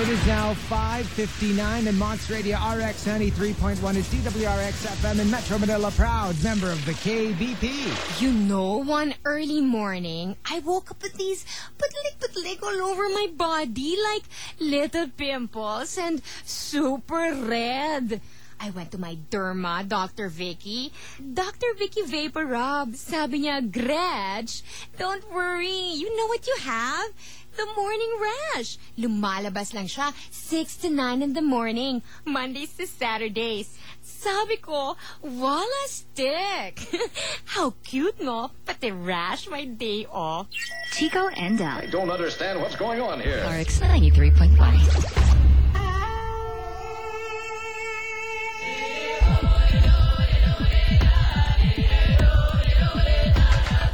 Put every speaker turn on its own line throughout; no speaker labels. It is now 5.59 and Monster Radio RX 93.1 is DWRX FM in Metro Manila. Proud member of the KBP.
You know, one early morning, I woke up with these putlik-putlik all over my body like little pimples and super red. I went to my derma, Dr. Vicky. Dr. Vicky Vapor Rub. Sabi niya, Gretch, don't worry. You know what you have? The morning rash. Lumalabas lang siya 6 to 9 in the morning, Mondays to Saturdays. Sabi ko, wala stick. How cute, no? Pati rash my day off.
Chico and Al.
Don't understand what's going on here.
RX 93.1.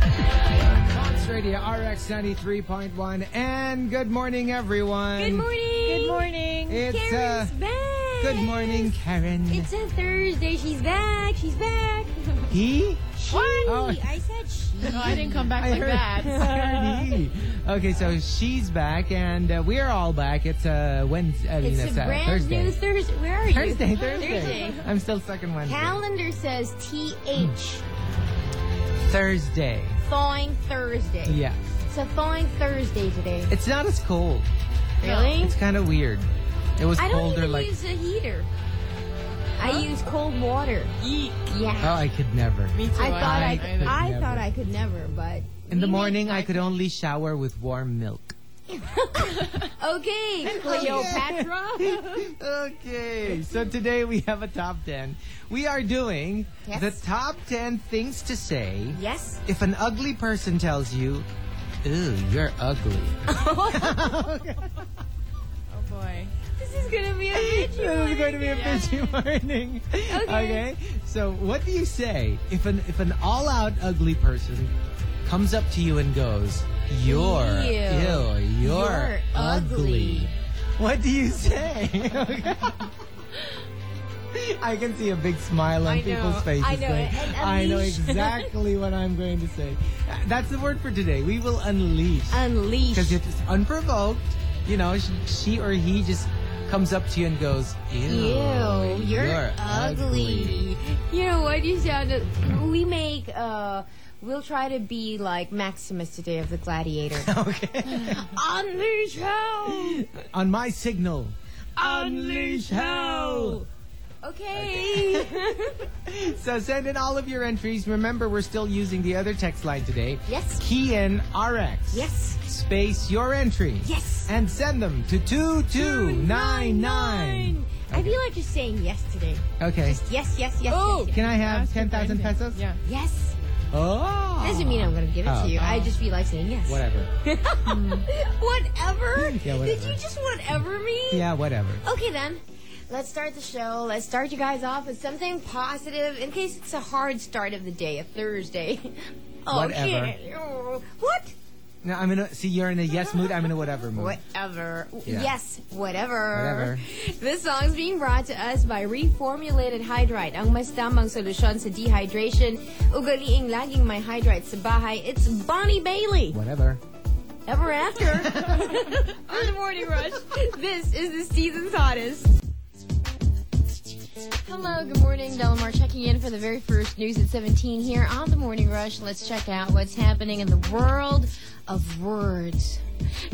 Monster Radio RX 93.1 and good morning, everyone.
Good morning. Good
morning.
It's uh,
Karen's back.
good morning, Karen.
It's a Thursday. She's back. She's back.
he?
She.
Oh.
I said she.
No, I didn't come back
I
like
heard,
that.
I heard he. Okay, so she's back and uh, we're all back. It's uh, Wednesday. I mean,
It's a
uh,
brand
Thursday.
new Thursday. Where are you?
Thursday, Thursday.
Thursday.
I'm still stuck in Wednesday.
Calendar says TH.
Thursday.
Thawing Thursday.
Yeah.
It's a thawing Thursday today.
It's not as cold.
Really?
It's kind of weird. It was
I don't
colder
even
like.
use a heater. I use cold water.
Eek.
Oh,
Yeah.
I could never.
Me too.
I thought I,
Oh, I- I
I,
never.
thought I could never, but
In the morning, I could only shower with warm milk.
okay, Cleopatra.
Okay, so today we have a top 10. We are doing
Yes.
the top 10 things to say
Yes.
if an ugly person tells you, Ooh, you're ugly.
Oh boy.
This is gonna be a bitchy
This is
one.
going to be a busy morning. Okay. So, what do you say if an if an all-out ugly person comes up to you and goes, "You're
Ew.
ew, you're,
You're
ugly.
ugly."
What do you say? I can see a big smile on
I know.
people's faces.
I know.
going,
And
I know
unleash."
exactly what I'm going to say. That's the word for today. We will unleash. Because
Unleash.
if it's unprovoked, you know, she, she or he just comes up to you and goes, Ew,
Ew, you're, ugly.
you know what? You sound. We make. uh We'll try to be like Maximus today of the Gladiator.
Okay.
Unleash hell!
On my signal, unleash hell.
Okay.
So send in all of your entries. Remember, we're still using the other text line today.
Yes.
Key in RX.
Yes.
Space your entry.
Yes.
And send them to 2299.
I feel like just saying yes today.
Okay.
Yes, yes, yes.
Oh.
yes,
Can I have
Ask your
10,000
friend.
pesos?
Yeah.
yes. yes.
Oh.
Doesn't mean I'm gonna give it
Oh.
to you. I just feel like saying yes.
Whatever. Yeah,
whatever? Did
whatever.
you just whatever me?
Yeah, whatever.
Okay then. Let's start the show. Let's start you guys off with something positive in case it's a hard start of the day, a Thursday.
Whatever.
Okay. Oh, What?
No, I'm in a see. You're in a yes mood. I'm in a whatever mood.
Whatever.
Mm. Yeah.
Yes, whatever.
Whatever.
This song's being brought to us by Reformulated Hydrite, ang mas tamang solusyon sa dehydration. Ugaliing laging may hydrite sa bahay. It's Bonnie Bailey.
Whatever.
Ever after. On the morning rush. This is the season's hottest. Hello, good morning. Delamar checking in for the very first news at 17 here on the Morning Rush. Let's check out what's happening in the world of words.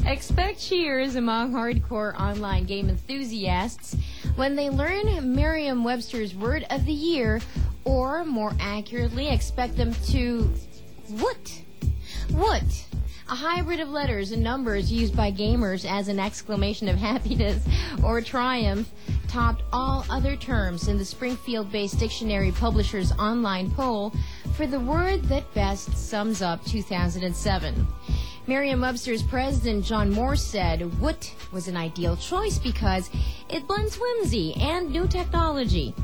Expect cheers among hardcore online game enthusiasts when they learn Merriam Webster's Word of the Year, or more accurately, expect them to. What? What? A hybrid of letters and numbers used by gamers as an exclamation of happiness or triumph topped all other terms in the Springfield based dictionary publishers online poll for the word that best sums up 2007. Merriam Webster's president John Moore said "What" was an ideal choice because it blends whimsy and new technology.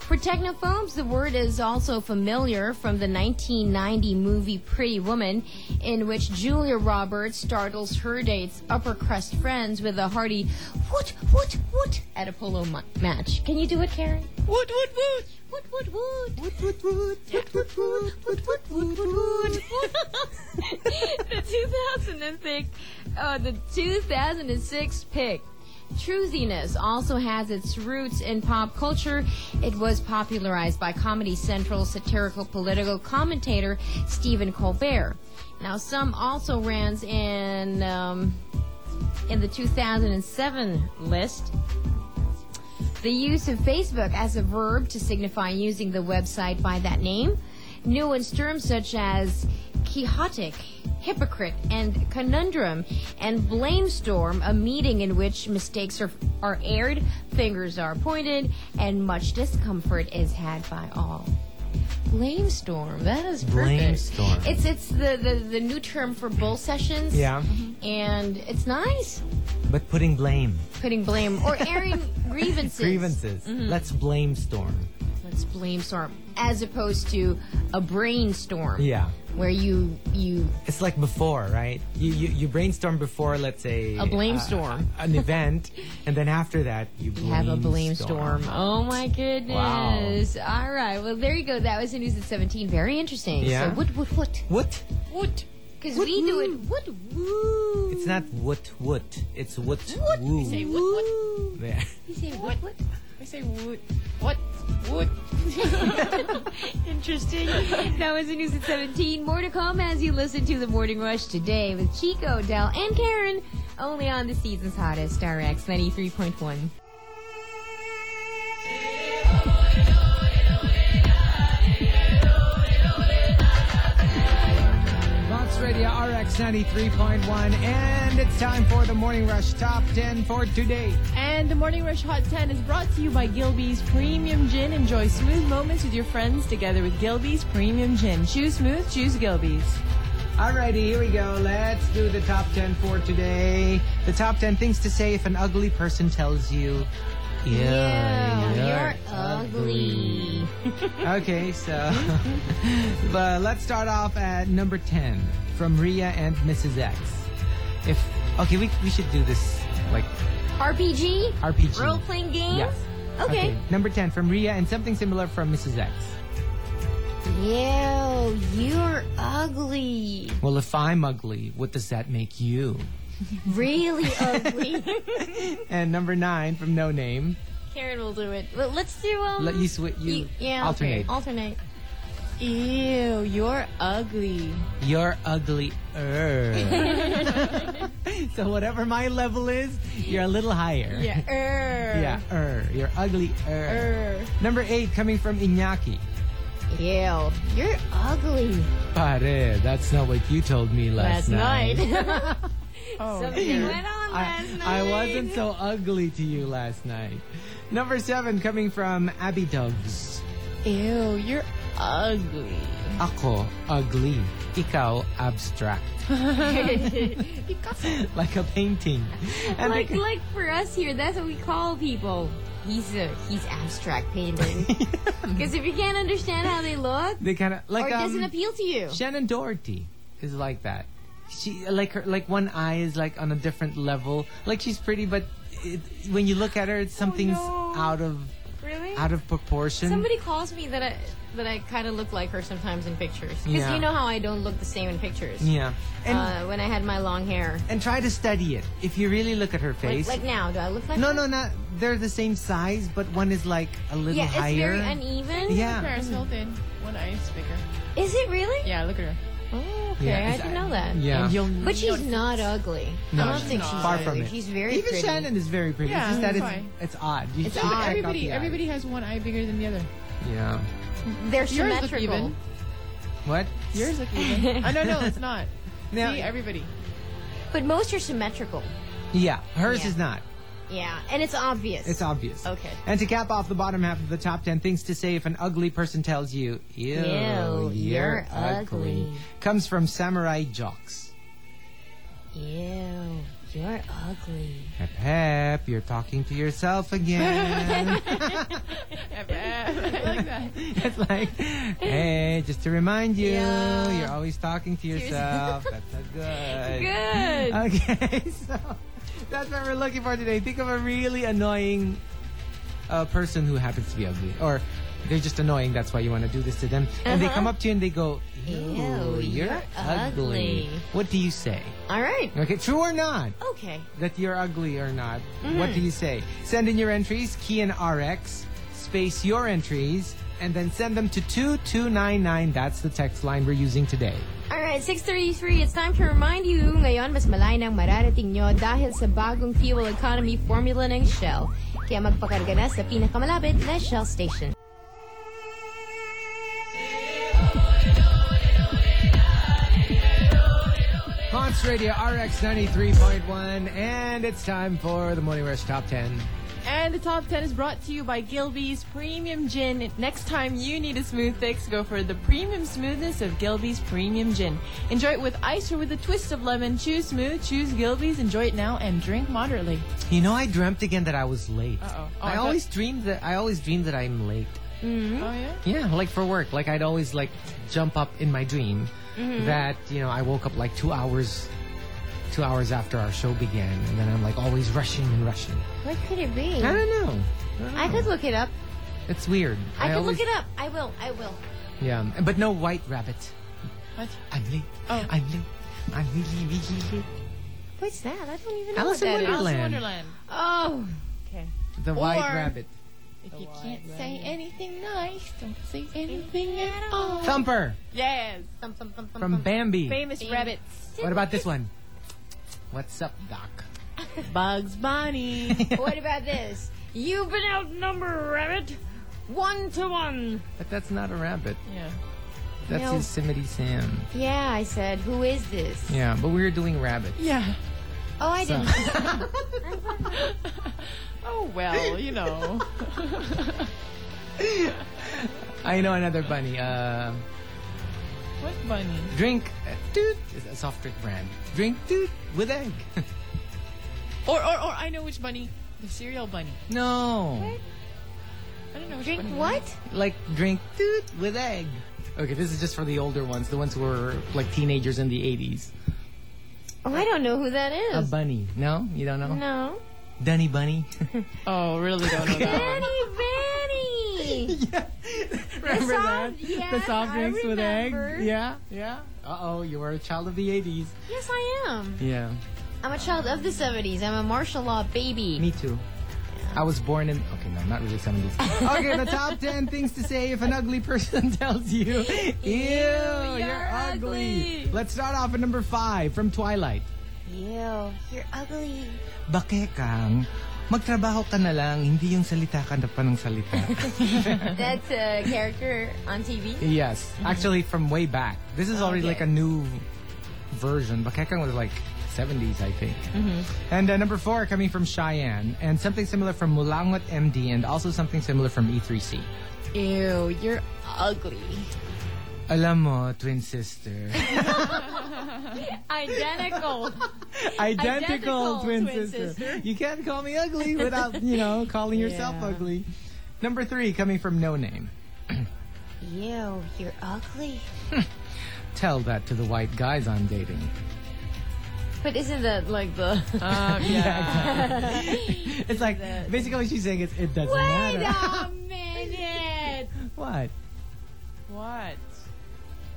For technophobes, the word is also familiar from the 1990 movie Pretty Woman, in which Julia Roberts startles her date's upper crust friends with a hearty "What, what, what" at a polo ma- match. Can you do it, Karen? What, what, what? What, what, what? What, what, what? What, what, what? What, what, what, what, what? The 2006, uh, the 2006 pick. Truthiness also has its roots in pop culture. It was popularized by Comedy Central satirical political commentator Stephen Colbert. Now, some also ran in um, in the 2007 list. The use of Facebook as a verb to signify using the website by that name. New ones terms such as quixotic, hypocrite, and conundrum, and blamestorm, a meeting in which mistakes are, are aired, fingers are pointed, and much discomfort is had by all. Blamestorm, that is perfect.
Blamestorm.
It's it's the, the, the new term for bull sessions.
Yeah.
And it's nice
But putting blame.
putting blame or airing grievances. Mm-hmm.
Grievances. Let's blame storm.
Let's blame storm as opposed to a brainstorm.
Yeah.
Where you you
It's like before, right? You you, you brainstorm before, let's say
A blame
uh,
storm.
an event, and then after that you, blame
have a blame storm. Oh my goodness. All right. Well, there you go. That was the news at 17. Very interesting.
Yeah.
So what what what
What?
what? Because we do it what woo.
It's not what what. It's what
What?
woo.
Say what? What?
There.
You say what what?
I say what? What? What?
Interesting. That was the news at 17. More to come as you listen to The Morning Rush today with Chico, Dell, and Karen. Only on the season's hottest, RX 93.1.
Bounce Radio RX 93.1, and it's time for the Morning Rush Top 10 for today.
And the Morning Rush Hot 10 is brought to you by Gilby's Premium Gin. Enjoy smooth moments with your friends together with Gilby's Premium Gin. Choose smooth, choose Gilby's.
Alrighty, here we go. Let's do the top 10 for today. The top 10 things to say if an ugly person tells you, yeah,
You're ugly.
Okay, so but let's start off at number 10 from Ria and Mrs. X. If okay, we, we should do this like
RPG?
RPG.
Role playing games?
Yes.
Okay.
Number 10 from Ria and something similar from Mrs. X.
Ew, you're ugly.
Well, if I'm ugly, what does that make you?
Really ugly.
And number 9 from No Name.
Karen will do it. Well, let's do um.
Let you swi you
yeah,
alternate.
Okay. Alternate.
Ew, you're ugly.
You're ugly. so whatever my level is, you're a little higher.
Yeah. Er.
Yeah, er. You're ugly.
Er.
Number eight coming from Iñaki.
Ew, you're ugly.
Pare, that's not what you told me last,
Last night. Oh.
Something went on
I,
last
I
night.
wasn't so ugly to you last night. Number seven coming from Abby Doves.
Ew, you're ugly.
Ako ugly. Ikaw abstract. like a painting. And
like
the-
like for us here, that's what we call people. He's a he's abstract painting. Because if you can't understand how they look,
they kind of
or
like
it doesn't
um,
appeal to you.
Shannon Doherty is like that. She like her like one eye is like on a different level. Like she's pretty, but it, when you look at her,
Oh,
it's something's
no.
out of
Really?
out of proportion.
Somebody calls me that I that I kind of look like her sometimes in pictures. Because
Yeah.
you know how I don't look the same in pictures.
yeah, and
Uh, when I had my long hair,
and try to study it. If you really look at her
like,
face,
like now, do I look like?
no,
her?
no, not they're the same size, but one is like a little
Yeah,
higher.
it's very uneven.
yeah,
Paris Hilton. One eye is bigger.
Is it really?
Yeah, look at her.
Oh, okay.
Yeah,
I
it's-
didn't know that.
yeah.
And you'll
But she's not ugly.
No,
I don't
she's
think
not.
she's
Far
ugly.
from it.
She's very
Even
pretty.
Shannon is very pretty.
Yeah,
it's just that
that's
it's
why.
it's odd. You
It's
should check out
odd.
the
Everybody,
eye.
everybody has one eye bigger than the other.
Yeah.
They're
Yours look
symmetrical.
even.
What?
Yours look even. oh no, no, it's not.
Now-
See, everybody.
But most are symmetrical.
yeah, hers
Yeah.
is not.
Yeah, and it's obvious.
It's obvious.
Okay.
And to cap off the bottom half of the top 10 things to say if an ugly person tells you, ew,
Ew, you're ugly.
comes from Samurai Jocks.
Ew, you're ugly.
Hep, hep, you're talking to yourself again. it's like, hey, just to remind you,
Yeah.
you're always talking to yourself. That's not good.
Good.
Okay, so that's what we're looking for today. Think of a really annoying uh, person who happens to be ugly, or they're just annoying. That's why you want to do this to them. And they come up to you and they go, "Ew,
Uh-huh. Ew,
you're,
you're ugly.
ugly." What do you say?
All right.
Okay, true or not?
Okay.
that you're ugly or not.
Mm-hmm.
What do you say? Send in your entries, key in RX, space your entries, and then send them to 2299. That's the text line we're using today.
Alright, 633, it's time to remind you ngayon mas malay ng mararating nyo dahil sa bagong fuel economy formula ng Shell. Kaya magpakarga na sa pinakamalapit na Shell station.
Haunts Radio RX 93.1, and it's time for the Morning Rush Top 10.
And the top 10 is brought to you by Gilby's Premium Gin. Next time you need a smooth fix, go for the premium smoothness of Gilby's Premium Gin. Enjoy it with ice or with a twist of lemon. Choose smooth, choose Gilby's, enjoy it now, and drink moderately.
You know, I dreamt again that I was late.
Uh-oh. Oh, I
I
thought-
always dreamed that I always dream that I'm late.
Oh, yeah?
Yeah, like for work. Like I'd always like jump up in my dream
Mm-hmm.
that you know I woke up like two hours, two hours after our show began, and then I'm like always rushing and rushing.
What could it be?
I don't know.
I could look it up.
It's weird.
I, could
always-
look it up. I will. I will.
Yeah, but no white rabbit.
What?
I'm late.
Oh.
I'm late. I'm really, really late.
What's that? I don't even know
Alice in
what that
Wonderland.
is.
Alice in Wonderland.
Oh.
The white
Or-
rabbit.
If you can't say anything nice, don't say anything at all.
Thumper
Oh. Yes.
Thump, thump, thump, thump,
from
thump.
Bambi.
Famous rabbits.
What about this one? What's up, Doc?
Bugs Bunny.
What about this? You've been outnumbered, rabbit. One to one.
But that's not a rabbit.
yeah.
That's
No.
Yosemite Sam.
Yeah, I said. Who is this?
Yeah, but we were doing rabbit.
Yeah.
Oh, I didn't.
Oh, well, you know.
I know another bunny. Uh,
what bunny?
drink, uh, toot, is a soft drink brand. Drink, toot, with egg.
Or, or, or I know which bunny. The cereal bunny.
no.
I don't know which
Drink
bunny.
what?
Like, drink, toot, with egg. Okay, this is just for the older ones, the ones who were like teenagers in the 80s.
Oh, I don't know who that
A
is.
bunny. No? You don't know?
No.
Dunny Bunny?
Oh, really don't know that one.
Benny, Benny.
yeah. Remember that?
soft-
the
yes,
soft
I
drinks with egg?
remember.
Yeah, yeah. Uh oh, you were a child of the 80s.
yes, I am.
Yeah.
I'm a child of the 70s. I'm a martial law baby.
Me too. I was born in. Okay, no, not really some of these. okay, the top 10 things to say if an ugly person tells you, Ew, you're, ugly. Let's start off at number five from Twilight.
Ew, you're ugly.
Bake kang, magtrabaho ka na lang, hindi yung salita ka na pa ng salita.
That's a character on TV.
yes, actually from way back. This
Oh,
is already like a new version. Bake kang was like 70s, I think.
Mm-hmm.
And uh, number four coming from Cheyenne, and something similar from Mulangot MD, and also something similar from E E3C.
Ew, you're ugly.
Alam mo, twin sister.
Identical. Identical twin sister.
You can't call me ugly without, you know, calling yourself ugly. Number three, coming from No Name.
Ew, you're ugly.
Tell that to the white guys I'm dating.
But isn't that like the.
Um, yeah.
It's like, basically what she's saying is, it doesn't
Wait uh,
matter.
a minute.
What?
what?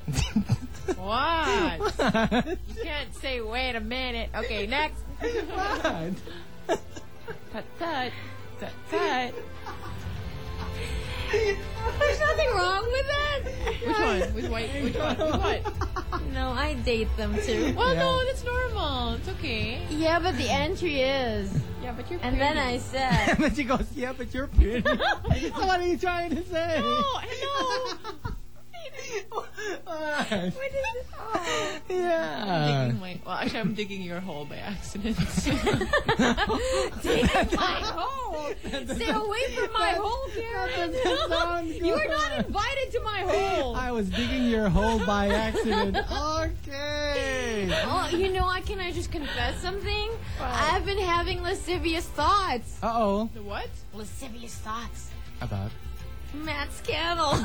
What?
What?
You can't say, wait a minute. Okay, next.
What?
Tut, tut. Tut, tut.
There's nothing wrong with that.
Which one? With white? Which one? With what?
No, I date them too.
Well,
Yeah.
no, that's normal. It's okay.
Yeah, but the entry is.
Yeah, but you're
And then
pretty.
I said,
but she goes, yeah, but you're pretty. so what are you trying to say?
Oh, I know.
What? Yeah.
Digging my- well, actually, I'm digging your hole by accident.
Take my hole. Stay away from my hole, Karen. You are not invited to my hole.
I was digging your hole by accident. Okay.
Oh, you know, I can I just confess something? I've been having lascivious thoughts.
Uh oh.
the what?
Lascivious thoughts.
About.
Matt Scannell.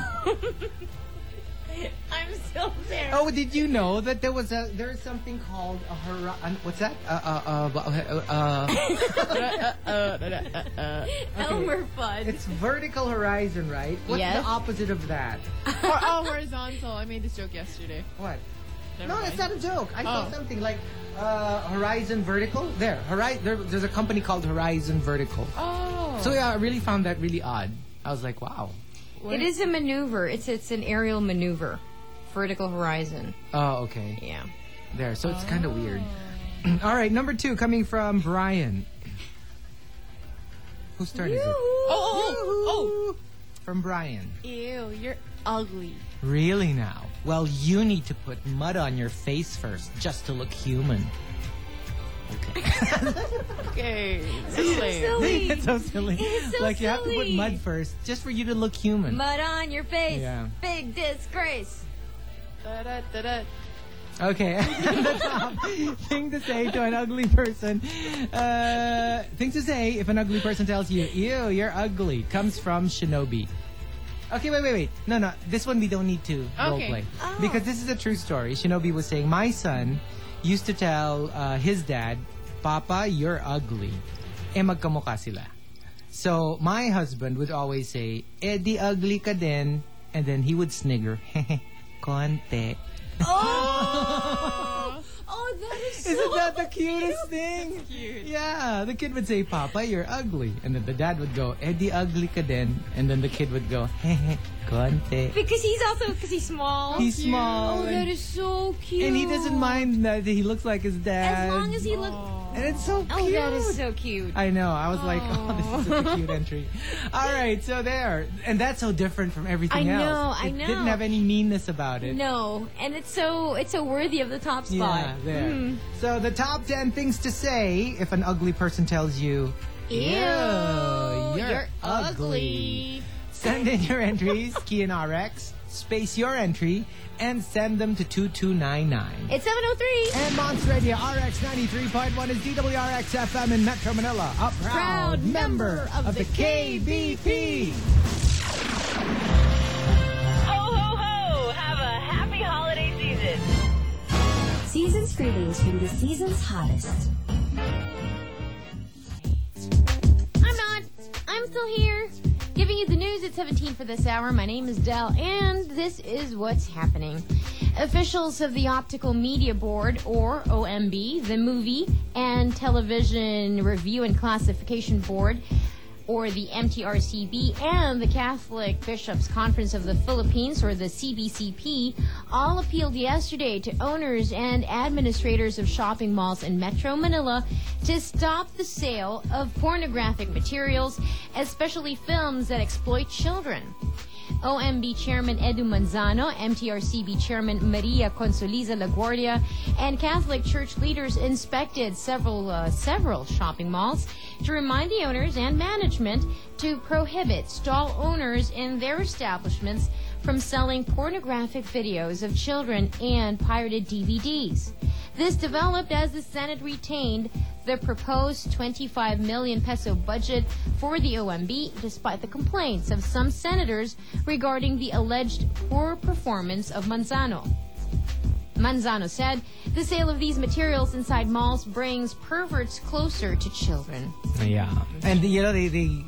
I'm still there.
Oh, did you know that there was a there is something called a hurrah? What's that? Uh, uh, uh, uh, uh,
Uh,
Elmer Fudd.
it's vertical horizon, right? What's
Yes.
the opposite of that?
or, oh, horizontal. I made this joke yesterday.
What?
Never
No,
mind.
that's not a joke. I saw
Oh.
something like uh, Horizon Vertical. There, Hori- there, there's a company called Horizon Vertical.
Oh.
So yeah, I really found that really odd. I was like, wow.
It is a maneuver. It's it's an aerial maneuver. Vertical horizon.
Oh, okay.
Yeah.
There. So it's kind of weird. All right, number two coming from Brian. Whose turn is it?
oh, oh,
From Brian.
oh. Ew, you're ugly.
Really now? Well, you need to put mud on your face first just to look human.
Okay. Silly.
It's so silly.
so
like you have to put
silly.
mud first just for you to look human.
Mud on your face.
Yeah.
Big disgrace.
Da-da-da-da.
Okay, that's a thing to say to an ugly person. Uh, thing to say if an ugly person tells you, "Ew, you're ugly," comes from Shinobi. Okay, wait, wait, wait. No, no, this one we don't need to role
Okay.
play because this is a true story. Shinobi was saying, "My son used to tell uh, his dad, Papa, you're ugly." Eh, magkamukha sila. So my husband would always say, "Eh, di ugly ka din," and then he would snigger, "Konte."
Oh, that is
Isn't that the cutest thing? Yeah, the kid would say, Papa, you're ugly. And then the dad would go, Eddie, ugly ka din. And then the kid would go, Hehe, konti.
because he's also because he's small.
He's small.
Oh, that
and,
is so cute.
and he doesn't mind that he looks like his dad.
As long as he looks.
and it's so cute.
Oh, that is so cute.
I know. I was like, oh, this is such a cute entry. All right, so there. And that's so different from everything
I know,
else.
I
it
know.
didn't have any meanness about it.
No, and it's so it's so worthy of the top spot.
Yeah, there. So the top 10 things to say if an ugly person tells you, Ew, you're, ugly. Send in your entries, Key and RX, space your entry, and send them to 2299.
It's 703.
And Monster Radio RX 93.1 is DWRX FM in Metro Manila, a proud,
Proud
member of, the KBP.
Season's greetings from the season's hottest.
I'm not. I'm still here. Giving you the news at 17 for this hour. My name is Dell, and this is what's happening. Officials of the Optical Media Board, or OMB, the Movie and Television Review and Classification Board, or the MTRCB, and the Catholic Bishops Conference of the Philippines, or the CBCP, all appealed yesterday to owners and administrators of shopping malls in Metro Manila to stop the sale of pornographic materials, especially films that exploit children. OMB Chairman Edu Manzano, MTRCB Chairman Maria Consoliza LaGuardia, and Catholic Church leaders inspected several uh, several shopping malls to remind the owners and management to prohibit stall owners in their establishments from selling pornographic videos of children and pirated DVDs. This developed as the Senate retained the proposed 25 million peso budget for the OMB, despite the complaints of some senators regarding the alleged poor performance of Manzano. Manzano said the sale of these materials inside malls brings perverts closer to children.
Yeah. And you know, they, they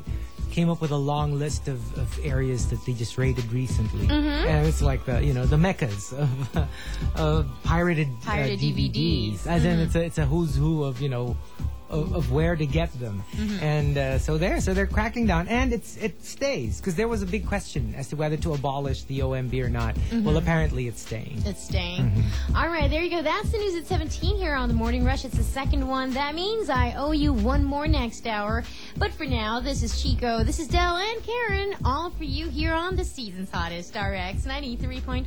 came up with a long list of, of areas that they just raided recently. And it's like the, you know, the meccas of, of pirated, uh,
Pirated
DVDs. As in, it's a, it's a who's who of, you know, of, of where to get them. And uh, so there, so they're cracking down. And it's it stays, because there was a big question as to whether to abolish the OMB or not. Well, apparently it's staying.
It's staying. All right, there you go. That's the news at 17 here on the Morning Rush. It's the second one. That means I owe you one more next hour. But for now, this is Chico, this is Dell, and Karen, all for you here on the season's hottest RX 93.1.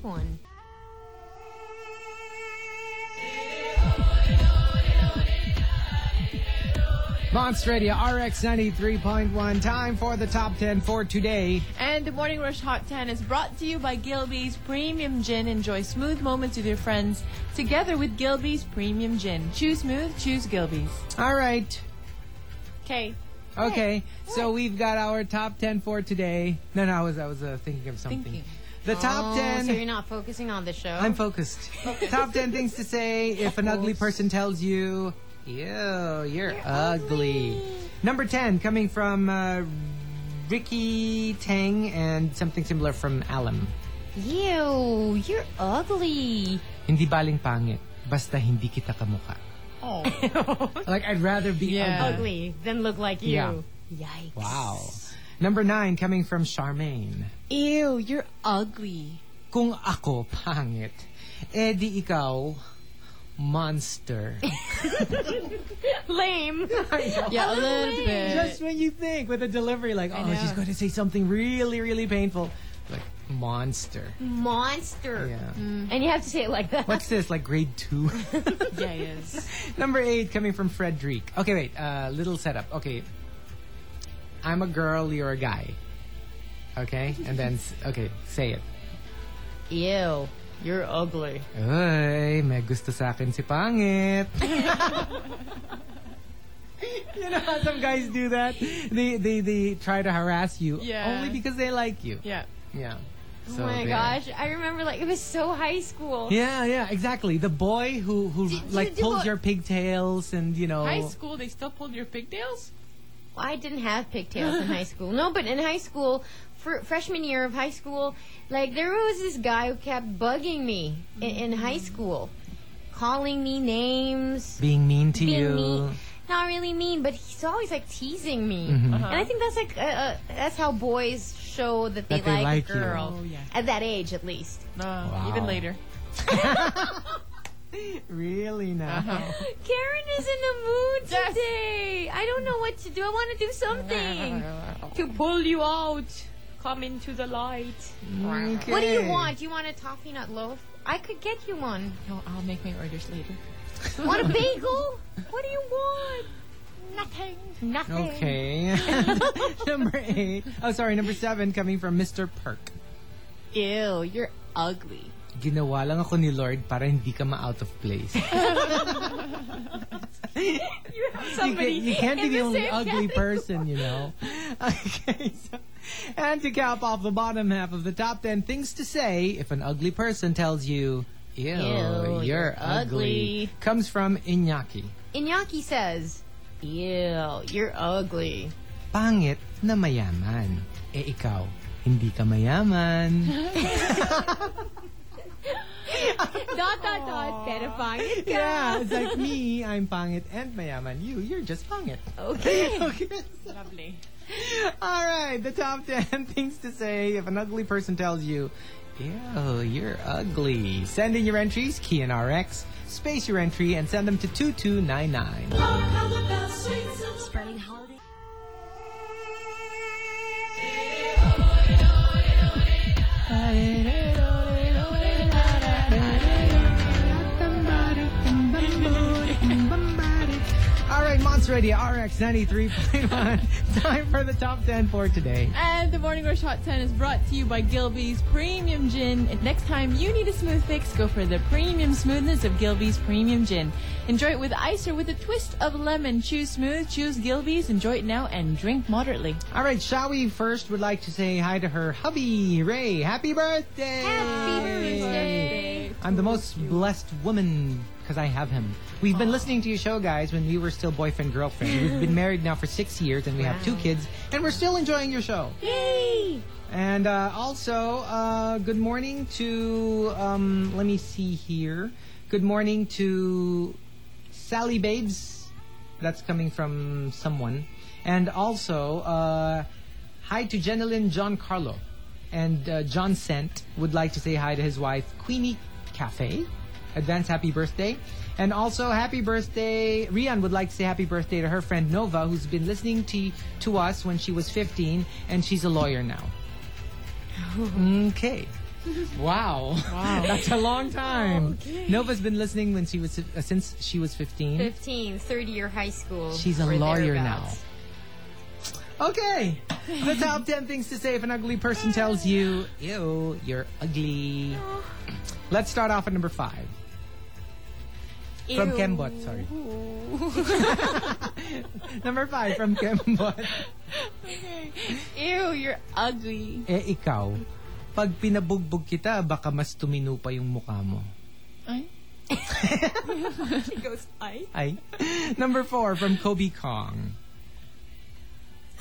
Monster Radio RX 93.1, time for the top 10 for today.
And the Morning Rush Hot 10 is brought to you by Gilby's Premium Gin. Enjoy smooth moments with your friends together with Gilby's Premium Gin. Choose smooth, choose Gilby's.
All right.
Okay.
Okay, so we've got our top ten for today. No, no, I was I was uh, thinking of something.
Thinking.
The top
Oh,
10.
So you're not focusing on the show.
I'm focused. Top 10 things to say if an ugly person tells you, ew, you're, ugly. Number 10, coming from uh, Ricky Tang and something similar from Alam.
Ew, you're ugly.
Hindi baling pangit, basta hindi kita kamukha.
Oh.
Like, I'd rather be
Yeah.
ugly.
ugly then look like you.
Yeah.
Yikes.
Wow. Number 9, coming from Charmaine.
Ew, you're ugly.
Kung ako pangit, eh di ikaw, monster.
Lame.
Yeah, a little bit.
Just when you think, with a delivery like, oh, she's going to say something really, really painful, like monster.
Monster. Mm.
Yeah.
And you have to say it like that.
What's this? Like grade two?
yeah, yes.
Number eight coming from Frederick. Okay, wait. Uh, little setup. Okay. I'm a girl. You're a guy. Okay, and then s- okay, say it.
Ew, you're ugly.
Ay, may gusto sa akin si pangit. you know how some guys do that? They they they try to harass you
Yeah.
only because they like you.
Yeah.
Yeah.
Oh my gosh, I remember like it was so high school.
Yeah, yeah, exactly. The boy who who
Did you
like
do
pulls
a-
your pigtails and you know.
High school, they still pulled your pigtails?
Well, I didn't have pigtails in high school. No, but in high school, fr- freshman year of high school, like there was this guy who kept bugging me in, in high school, calling me names,
being mean to
being
you.
mean. Not really mean, but he's always like teasing me,
Mm-hmm.
and I think that's like uh, uh, that's how boys show that they,
That they like
like, a
you.
girl
Oh, yeah.
at that age, at least.
No, even later.
Really now.
Karen is in the mood today. I don't know what to do. I want to do something to pull you out. Come into the light. Uh-huh. What do you
Okay.
want? You want a toffee nut loaf? I could get you one.
No, I'll make my orders later.
Want a bagel? What do you want? Nothing. Nothing.
Okay. number eight. Oh, sorry. Number seven coming from Mr. Perk.
Ew, you're ugly.
Ginawa lang ako ni Lord para hindi ka ma-out of place.
Somebody
you, can, not be the
in the
only
same
ugly person, you know. Okay. So, and to cap off the bottom half of the top 10 things to say if an ugly person tells you, Ew, you're,
you're
ugly.
ugly.
comes from Iñaki.
Iñaki says, Ew, you're ugly.
Pangit na mayaman. Eh ikaw, hindi ka mayaman.
dot, dot, dot, pedophilia.
Yeah, it's like me, I'm pangit and mayaman. You, you're just pangit. Okay. okay.
Lovely.
All right, the top 10 things to say if an ugly person tells you, Ew, you're ugly. Send in your entries, key in RX, space your entry, and send them to 2299.
Spreading holiday.
All right, Monster Radio RX 93.1. Time for the top 10 for today.
And the Morning Rush Hot 10 is brought to you by Gilby's Premium Gin. And next time you need a smooth fix, go for the premium smoothness of Gilby's Premium Gin. Enjoy it with ice or with a twist of lemon. Choose smooth, choose Gilby's. Enjoy it now and drink moderately.
All right, Shawi first would like to say hi to her hubby, Ray. Happy birthday! Happy birthday! I'm the most blessed woman because I have him. We've been listening to your show, guys, when we were still boyfriend girlfriend. We've been married now for six years and we have two kids, and we're still enjoying your show.
Yay!
And uh, also, uh, good morning to, um, let me see here. Good morning to Sally Babes. That's coming from someone. And also, uh, hi to Jenilyn Giancarlo. And uh, John Sent would like to say hi to his wife, Queenie Cafe. Advance happy birthday. And also, happy birthday. Rian would like to say happy birthday to her friend Nova, who's been listening to, to us when she was 15, and she's a lawyer now. Okay. Wow. Wow. That's a long time. Nova's been listening when she was uh, since she was 15.
15, third year high school.
She's a
or
lawyer now.
thereabouts.
Okay. The top 10 things to say if an ugly person tells you, "Ew, you're ugly." Let's start off at number 5. From
Ew.
Kembot, sorry. number 5 from Kembot.
Ew, you're ugly.
Eh ikaw, Pag pinabugbog kita, baka mas tumino pa yung mukha mo.
Ay.
She goes, ay? Ay. Number four, from Kobe Kong.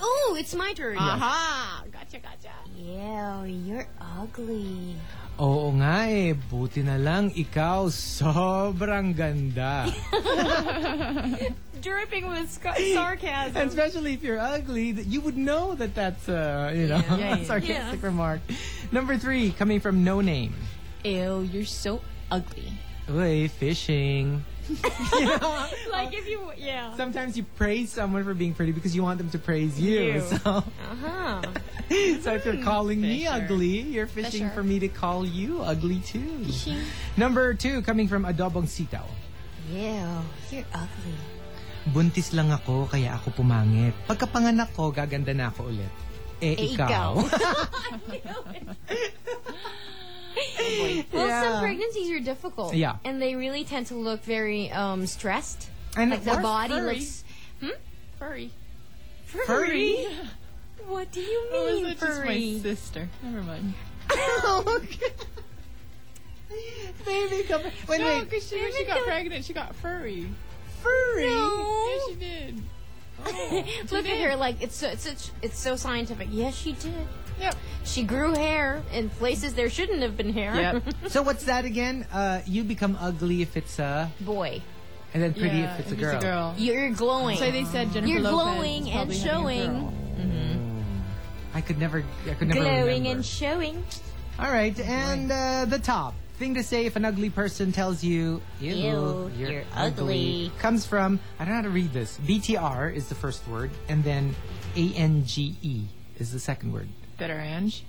Oh, it's my turn.
Aha! Gotcha, gotcha.
Yeah, you're ugly.
Oo nga eh, buti na lang ikaw sobrang ganda.
Dripping with sc- sarcasm.
And especially if you're ugly, th- you would know that that's, uh, you know,
Yeah, yeah.
sarcastic remark. Number three, coming from No Name.
Ew, you're so ugly.
Uy, fishing.
like if you, yeah.
Sometimes you praise someone for being pretty because you want them to praise you.
You. Uh-huh. Hmm.
So, so if you're calling me
Fisher.
ugly, you're fishing
Fisher.
for me to call you ugly too. Number two, coming from Adobong Sitaw.
Yeah, you're ugly.
Buntis lang ako, kaya ako pumangit. Pagkapanganak ko, gaganda na ako ulit. Eh, ikaw.
Well,
Yeah.
some pregnancies are difficult.
Yeah.
And they really tend to look very um, stressed.
and
Like the
or
body
furry.
looks.
Furry.
furry.
What do you
Oh, is
mean,
that just my
furry?
sister? Never mind.
Baby, come. Wait,
No,
wait.
because she, when she got pregnant, she got furry.
Furry.
Yeah,
No.
she did.
Look at her, like it's so, it's it's it's so scientific. Yes, she did.
Yep.
She grew hair in places there shouldn't have been hair.
So what's that again? Uh, you become ugly if it's a,
Boy,
and then pretty if it's a girl.
you're glowing.
So they said Jennifer
You're
Lopez
glowing and
is probably having a
showing.
girl.
I could never. I could never
glowing
remember.
and showing.
All right, and uh, the top thing to say if an ugly person tells you, "Ew,
Ew, you're ugly."
comes from I don't know how to read this. BTR is the first word, and then A N G E is the second word.
Better Ange,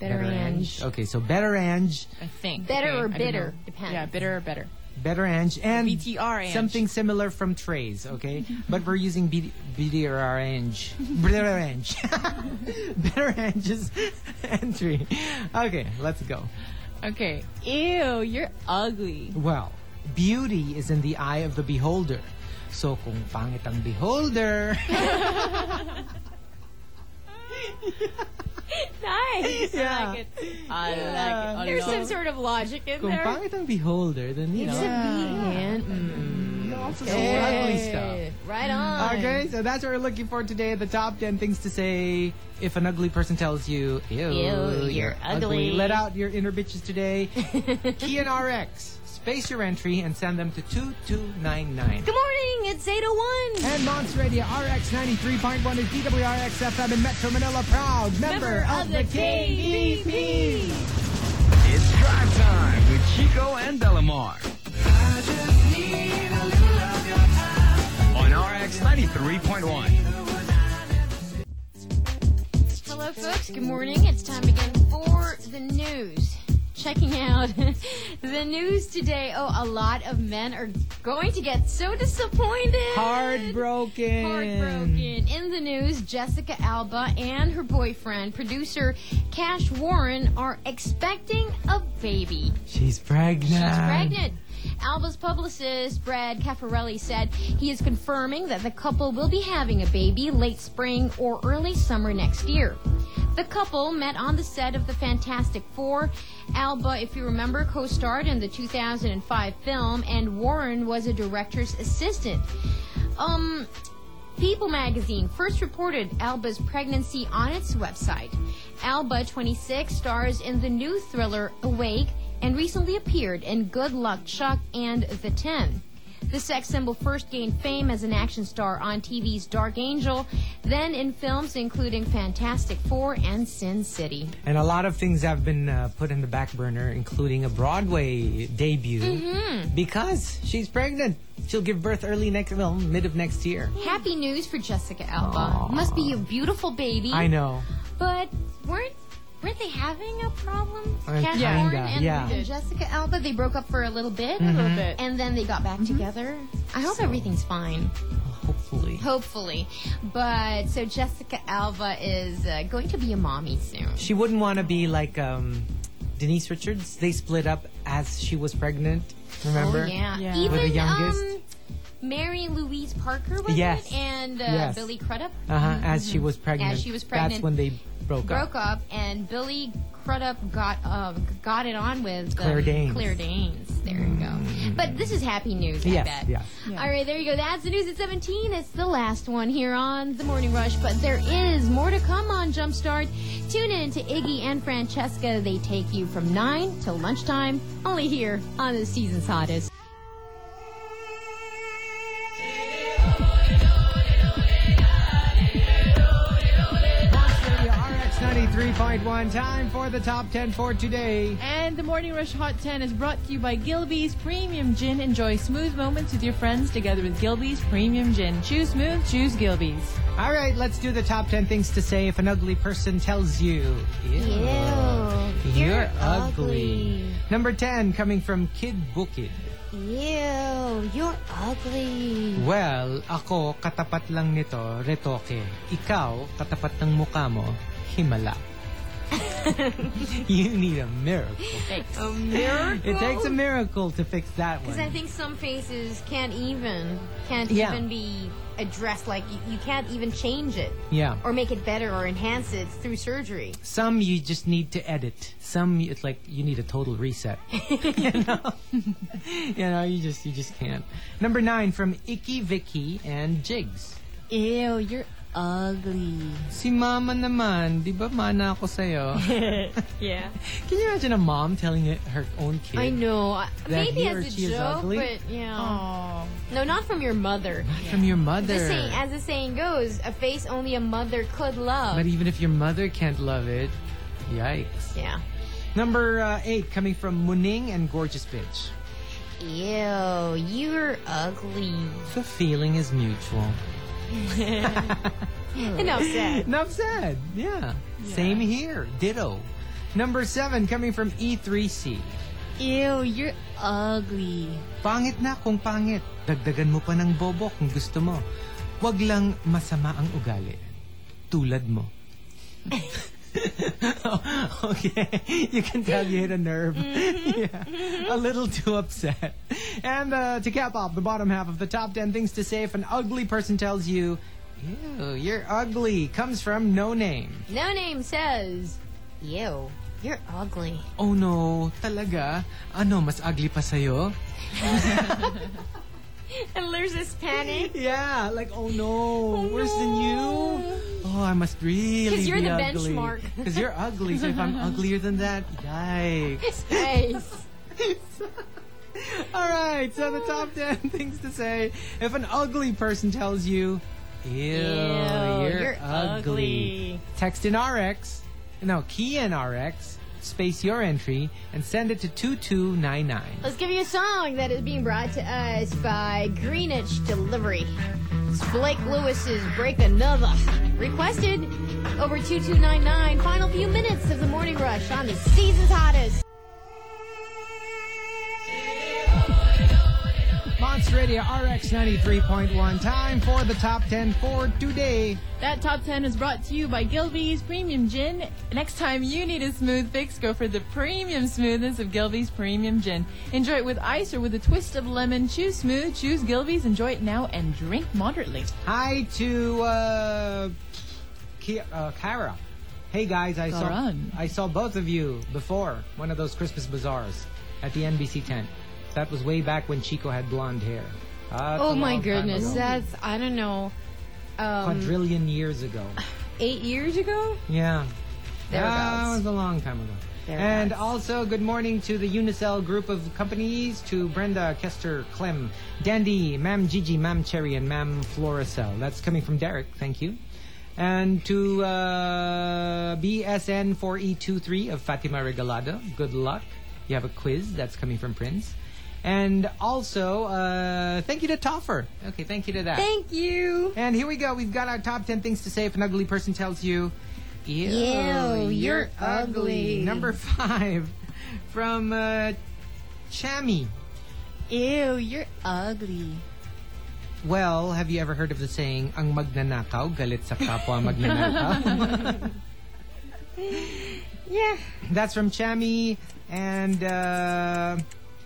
Ange.
Okay, so better Ange,
I think.
Better or
I don't
bitter,
know.
depends.
Yeah, bitter or better.
better Ange, and
BTR Ange.
something similar from Trays. Okay, but we're using B- BTR Ange, better Ange, better Ange's entry. Okay, let's go.
Okay. Ew, you're ugly.
Well, beauty is in the eye of the beholder. So kung pangit ang beholder,
Nice.
Yeah.
I like it.
I like it.
There's some sort of logic in
kung
there.
pangit ang beholder, then you
Uh,
know, it's ugly stuff.
Right on.
Okay, so that's what we're looking for today. The top 10 things to say if an ugly person tells you, Ew,
you're ugly."
Let out your inner bitches today. Key and RX, space your entry and send them to 2299.
Good morning. It's eight oh one.
And Monster Radio RX 93.1 is DWRX FM in Metro Manila. Proud member, of, the KEP.
It's drive time with Chico and Delamar. On RX 93.1.
Hello, folks. Good morning. It's time again for the news. Checking out the news today. Oh, a lot of men are going to get so disappointed.
Heartbroken.
Heartbroken. In the news, Jessica Alba and her boyfriend, producer Cash Warren, are expecting a baby.
She's pregnant.
She's pregnant. Alba's publicist, Brad Caffarelli, said he is confirming that the couple will be having a baby late spring or early summer next year. The couple met on the set of The Fantastic Four. Alba, if you remember, co starred in the 2005 film, and Warren was a director's assistant. Um, People magazine first reported Alba's pregnancy on its website. Alba, 26, stars in the new thriller Awake and recently appeared in Good Luck Chuck and The Ten. The sex symbol first gained fame as an action star on TV's Dark Angel, then in films including Fantastic Four and Sin City.
And a lot of things have been uh, put in the back burner, including a Broadway debut,
Mm-hmm.
because she's pregnant. She'll give birth early next, well, mid of next year.
Happy news for Jessica Alba. Must be a beautiful baby.
I know.
But weren't weren't they having a problem?
Uh,
Cash
Yeah.
Warren
kinda,
and,
yeah. Mm-hmm.
and Jessica Alba, they broke up for a little bit,
Mm-hmm. A little bit.
and then they got back together. I hope everything's fine,
Hopefully.
hopefully. But so Jessica Alba is uh, going to be a mommy soon.
She wouldn't want to be like um, Denise Richards. They split up as she was pregnant. Remember?
Oh, yeah.
Yeah.
even
With the youngest.
um, Mary Louise Parker was
Yes.
it, and uh,
Yes.
Billy Crudup.
Uh-huh, as she was pregnant.
As Mm-hmm. she was pregnant.
That's when they broke,
broke
up.
up, and Billy Crudup got uh, got it on with um,
Claire Danes. Mm-hmm.
Claire Danes. There you go. But this is happy news, I
Yes,
bet.
yes.
All right, there you go. That's the news at 17. It's the last one here on The Morning Rush, but there is more to come on Jumpstart. Tune in to Iggy and Francesca. They take you from 9 till lunchtime, only here on the season's hottest.
Radio RX 93.1, time for the top 10 for today.
And the Morning Rush Hot 10 is brought to you by Gilby's Premium Gin. Enjoy smooth moments with your friends together with Gilby's Premium Gin. Choose smooth, choose Gilby's.
All right, let's do the top 10 things to say if an ugly person tells you, Ew, you're, ugly. Number 10, coming from Kid Bukid.
Ew, you're ugly.
Well, ako katapat lang nito, retoke. Ikaw, katapat ng mukha mo, himala. you need a miracle.
A miracle?
It takes a miracle to fix that
Because I
one.
think some faces can't even can't
Yeah.
even be addressed. Like you, you can't even change it
Yeah.
or make it better or enhance it through surgery.
Some you just need to edit. Some it's like you need a total reset. you know, you know, you just you just can't. Number nine from Icky Vicky and Jigs.
Ew, you're ugly.
Si mama naman, di ba mana ako sa'yo?
Yeah,
Can you imagine a mom telling it- her own kid?
I know. I-
That
Maybe
he
as
or
a
she is
joke,
ugly?
but yeah. No, not from your mother.
From your mother.
The saying, as the saying goes, a face only a mother could love.
But even if your mother can't love it, yikes.
yeah.
Number uh, eight coming from Muning and Gorgeous Bitch.
Ew, you're ugly.
The feeling is mutual.
Enough said.
Enough said. Yeah. Same here. Ditto. Number seven coming from E E3C.
Ew, you're ugly.
Pangit na kung pangit. Dagdagan mo pa ng bobo kung gusto mo. Wag lang masama ang ugali. Tulad mo. okay, you can tell you hit a nerve. yeah, a little too upset. And uh, to cap off the bottom half of the top 10 things to say if an ugly person tells you, Ew, you're ugly, comes from no name.
No name says, Ew, you're ugly.
Oh no, talaga? Ano, mas ugly pa sa'yo?
And there's this panic.
Yeah, like, oh no, worse than you? Oh, I must really
'Cause you're
be
the
ugly.
benchmark.
Because you're ugly, so if I'm uglier than that, yikes.
Nice.
All right, so the top 10 things to say if an ugly person tells you, Ew, you're,
you're
ugly. Text in RX, no, key in RX, space your entry, and send it to 2299.
Let's give you a song that is being brought to us by Greenwich Delivery. It's Blake Lewis's Break Another. Requested over 2299. Final few minutes of the morning rush on the season's hottest.
Monster Radio RX 93.1. Time for the top 10 for today.
That top 10 is brought to you by Gilby's Premium Gin. Next time you need a smooth fix, go for the premium smoothness of Gilby's Premium Gin. Enjoy it with ice or with a twist of lemon. Choose smooth, choose Gilby's. Enjoy it now and drink moderately.
Hi to uh, Ki- uh Kyra. Hey guys, I saw
Karan.
I saw both of you before one of those Christmas bazaars at the NBC tent. That was way back when Chico had blonde hair. That's a
Oh my
long time
goodness,
ago.
that's, I don't know, um,
quadrillion years ago.
eight years ago?
Yeah. That
Thereabouts.
was a long time ago. And also, good morning to the Unicel group of companies, to Brenda, Kester, Clem, Dandy, Mam Gigi, Mam Cherry, and Mam Floricel. That's coming from Derek, thank you. And to uh, BSN4E23 E of Fatima Regalado, good luck. You have a quiz, that's coming from Prince. And also, uh, thank you to Toffer. Okay, thank you to that.
Thank you.
And here we go. We've got our top 10 things to say if an ugly person tells you, Ew,
you're ugly.
Number five from uh, Chami.
Ew, you're ugly.
Well, have you ever heard of the saying, ang magnanakaw, galit sa kapwa magnanakaw?
Yeah.
That's from Chami and uh,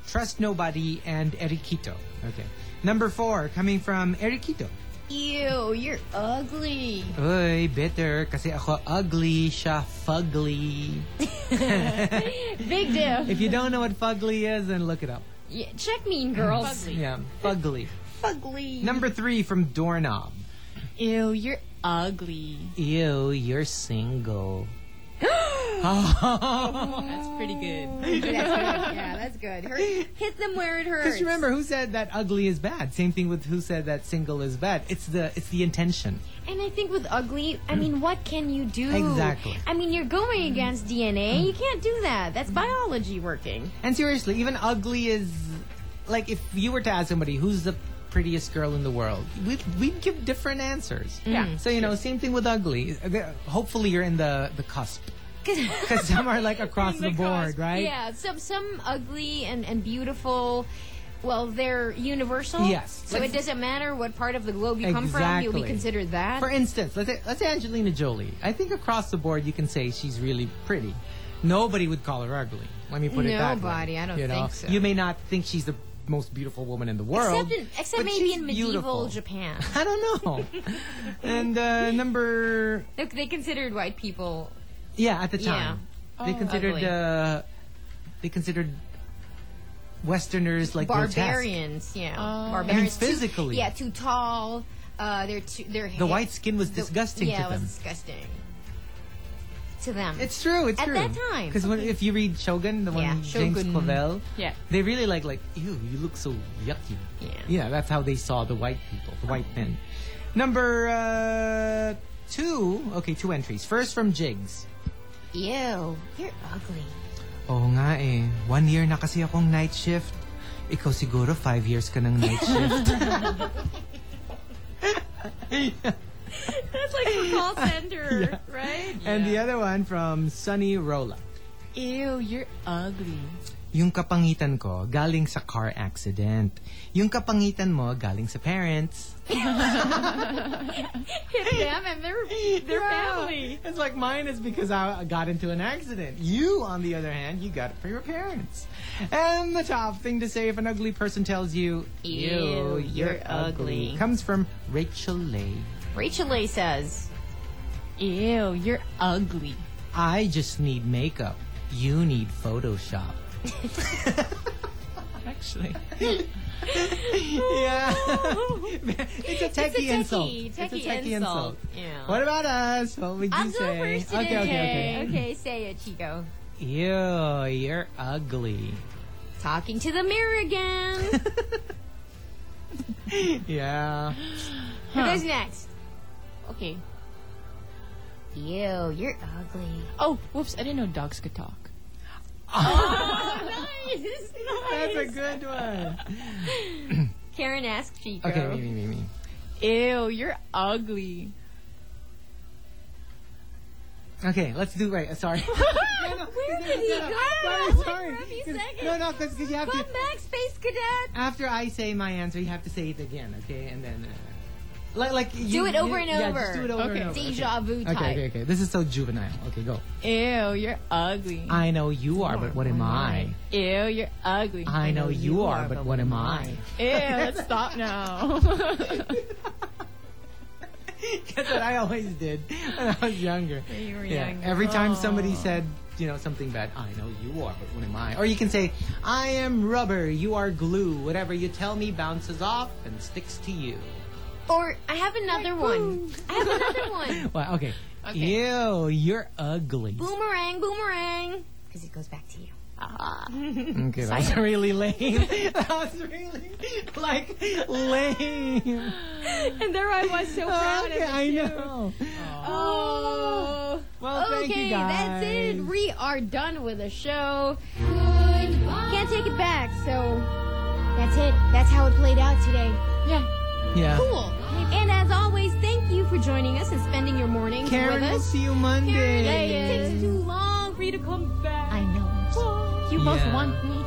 Trust Nobody and Eriquito. Okay. Number four, coming from Eriquito.
Ew, you're ugly.
Uy, bitter. Kasi ako ugly, siya fugly.
Big diff.
If you don't know what fugly is, then look it up.
Yeah, check Mean Girls.
Yeah, fugly.
Fugly.
Number three from Doorknob.
Ew, you're ugly.
Ew, you're single.
That's pretty good.
yeah, that's good. Hurt, hit them where it hurts.
Just remember who said that ugly is bad. Same thing with who said that single is bad. It's the it's the intention.
And I think with ugly, I mean, what can you do?
Exactly.
I mean, you're going against DNA. You can't do that. That's biology working.
And seriously, even ugly is like if you were to ask somebody who's the prettiest girl in the world, we'd, we'd give different answers. Yeah. So you know, same thing with ugly. Uh, Hopefully, you're in the the cusp. Because some are like across the, board, right?
Yeah, some some ugly and, and beautiful. Well, they're universal.
Yes.
So
Like-
it doesn't matter what part of the globe you come from. You
Exactly.
we consider that.
For instance, let's say, let's say Angelina Jolie. I think across the board, you can say she's really pretty. Nobody would call her ugly. Let me put it that way.
Nobody, I don't
You know,
think so.
You may not think she's the most beautiful woman in the world,
except in, except
but
maybe
she's
in medieval
beautiful.
Japan,
I don't know. and uh, number
they, they considered white people.
yeah, at the time they considered
Oh, ugly.
uh, they considered Westerners like grotesque.
barbarians, yeah,
I mean,
barbarians. too-
physically,
yeah, too tall. Uh, they're too. They're
the white skin was disgusting
yeah,
to
it
them.
was disgusting to them.
It's true. It's
At
true.
that time.
because if you read Shogun, the one
Yeah,
James
Shogun.
Clavell,
Yeah.
they really like like ew, you look so yucky.
Yeah.
yeah, that's how they saw the white people, the white men. Number uh, two, okay, two entries. First from Jigs.
Ew, you're ugly.
Oo nga eh. One year na kasi akong night shift. Ikaw siguro five years ka ng night shift.
That's like a call center, right?
And the other one from Sunny Rolla.
Ew, you're ugly.
Yung kapangitan ko galing sa car accident. Yung kapangitan mo galing sa parents.
Them and their their family.
It's like mine is because I got into an accident. You, on the other hand, you got it from your parents. And the top thing to say if an ugly person tells you,
Ew, you're ugly.
comes from Rachel Lay.
Rachel Lee says,
Ew, you're ugly.
I just need makeup. You need Photoshop.
Actually.
yeah. it's a techie insult.
techie,
It's a
techie
techie insult.
insult. Yeah.
What about us? What would you
"I'm
say?
going first today."
okay, okay, okay.
say it, Chico.
Ew, you're ugly.
Talking to the mirror again.
Yeah.
Who goes next?
Okay.
Ew, you're ugly.
Oh, whoops, I didn't know dogs could talk.
Nice,
That's a
nice.
good one.
Karen asked Chico.
Okay, me, me, me, me.
Ew, you're ugly.
Okay, let's do right. uh, Sorry.
Where did he go?
sorry, sorry.
Every
'Cause-
second.
No, no, because you have to.
Come back, Space Cadet.
After I say my answer, you have to say it again, okay? And then. Uh, like, like you,
it over and
yeah,
over.
Just do it over
Okay.
and over.
Deja vu
Okay.
type.
okay, okay, okay. This is so juvenile. Okay, go.
Ew, you're ugly.
I know you are, but what am I?
Ew, you're ugly.
I know you are, but what am I?
Ew, let's stop now.
That's what I always did when I was younger.
You were
Yeah.
younger.
Every time somebody said, you know, something bad, I know you are, but what am I? Or you can say, I am rubber, you are glue. Whatever you tell me bounces off and sticks to you.
Or I have another one. I have another one.
Well, okay. Ew, you're ugly.
Boomerang, boomerang. Because it goes back to you.
Okay, that was really lame. That was really, like, lame.
And there I was, so
okay, I know.
Oh.
Well, thank
okay,
you guys.
that's it. We are done with the show. Goodbye. Can't take it back, so that's it. That's how it played out today.
Yeah.
Cool. And as always, thank you for joining us and spending your morning
Karen,
with
we'll
us.
see you Monday.
it takes too long for you to come back. I know. You
both Yeah. want
me.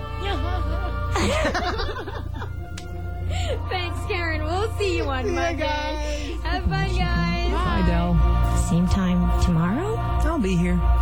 Thanks, Karen. We'll see you on
See ya,
Monday.
guys.
Have fun, guys.
Bye, Del.
Same time tomorrow?
I'll be here.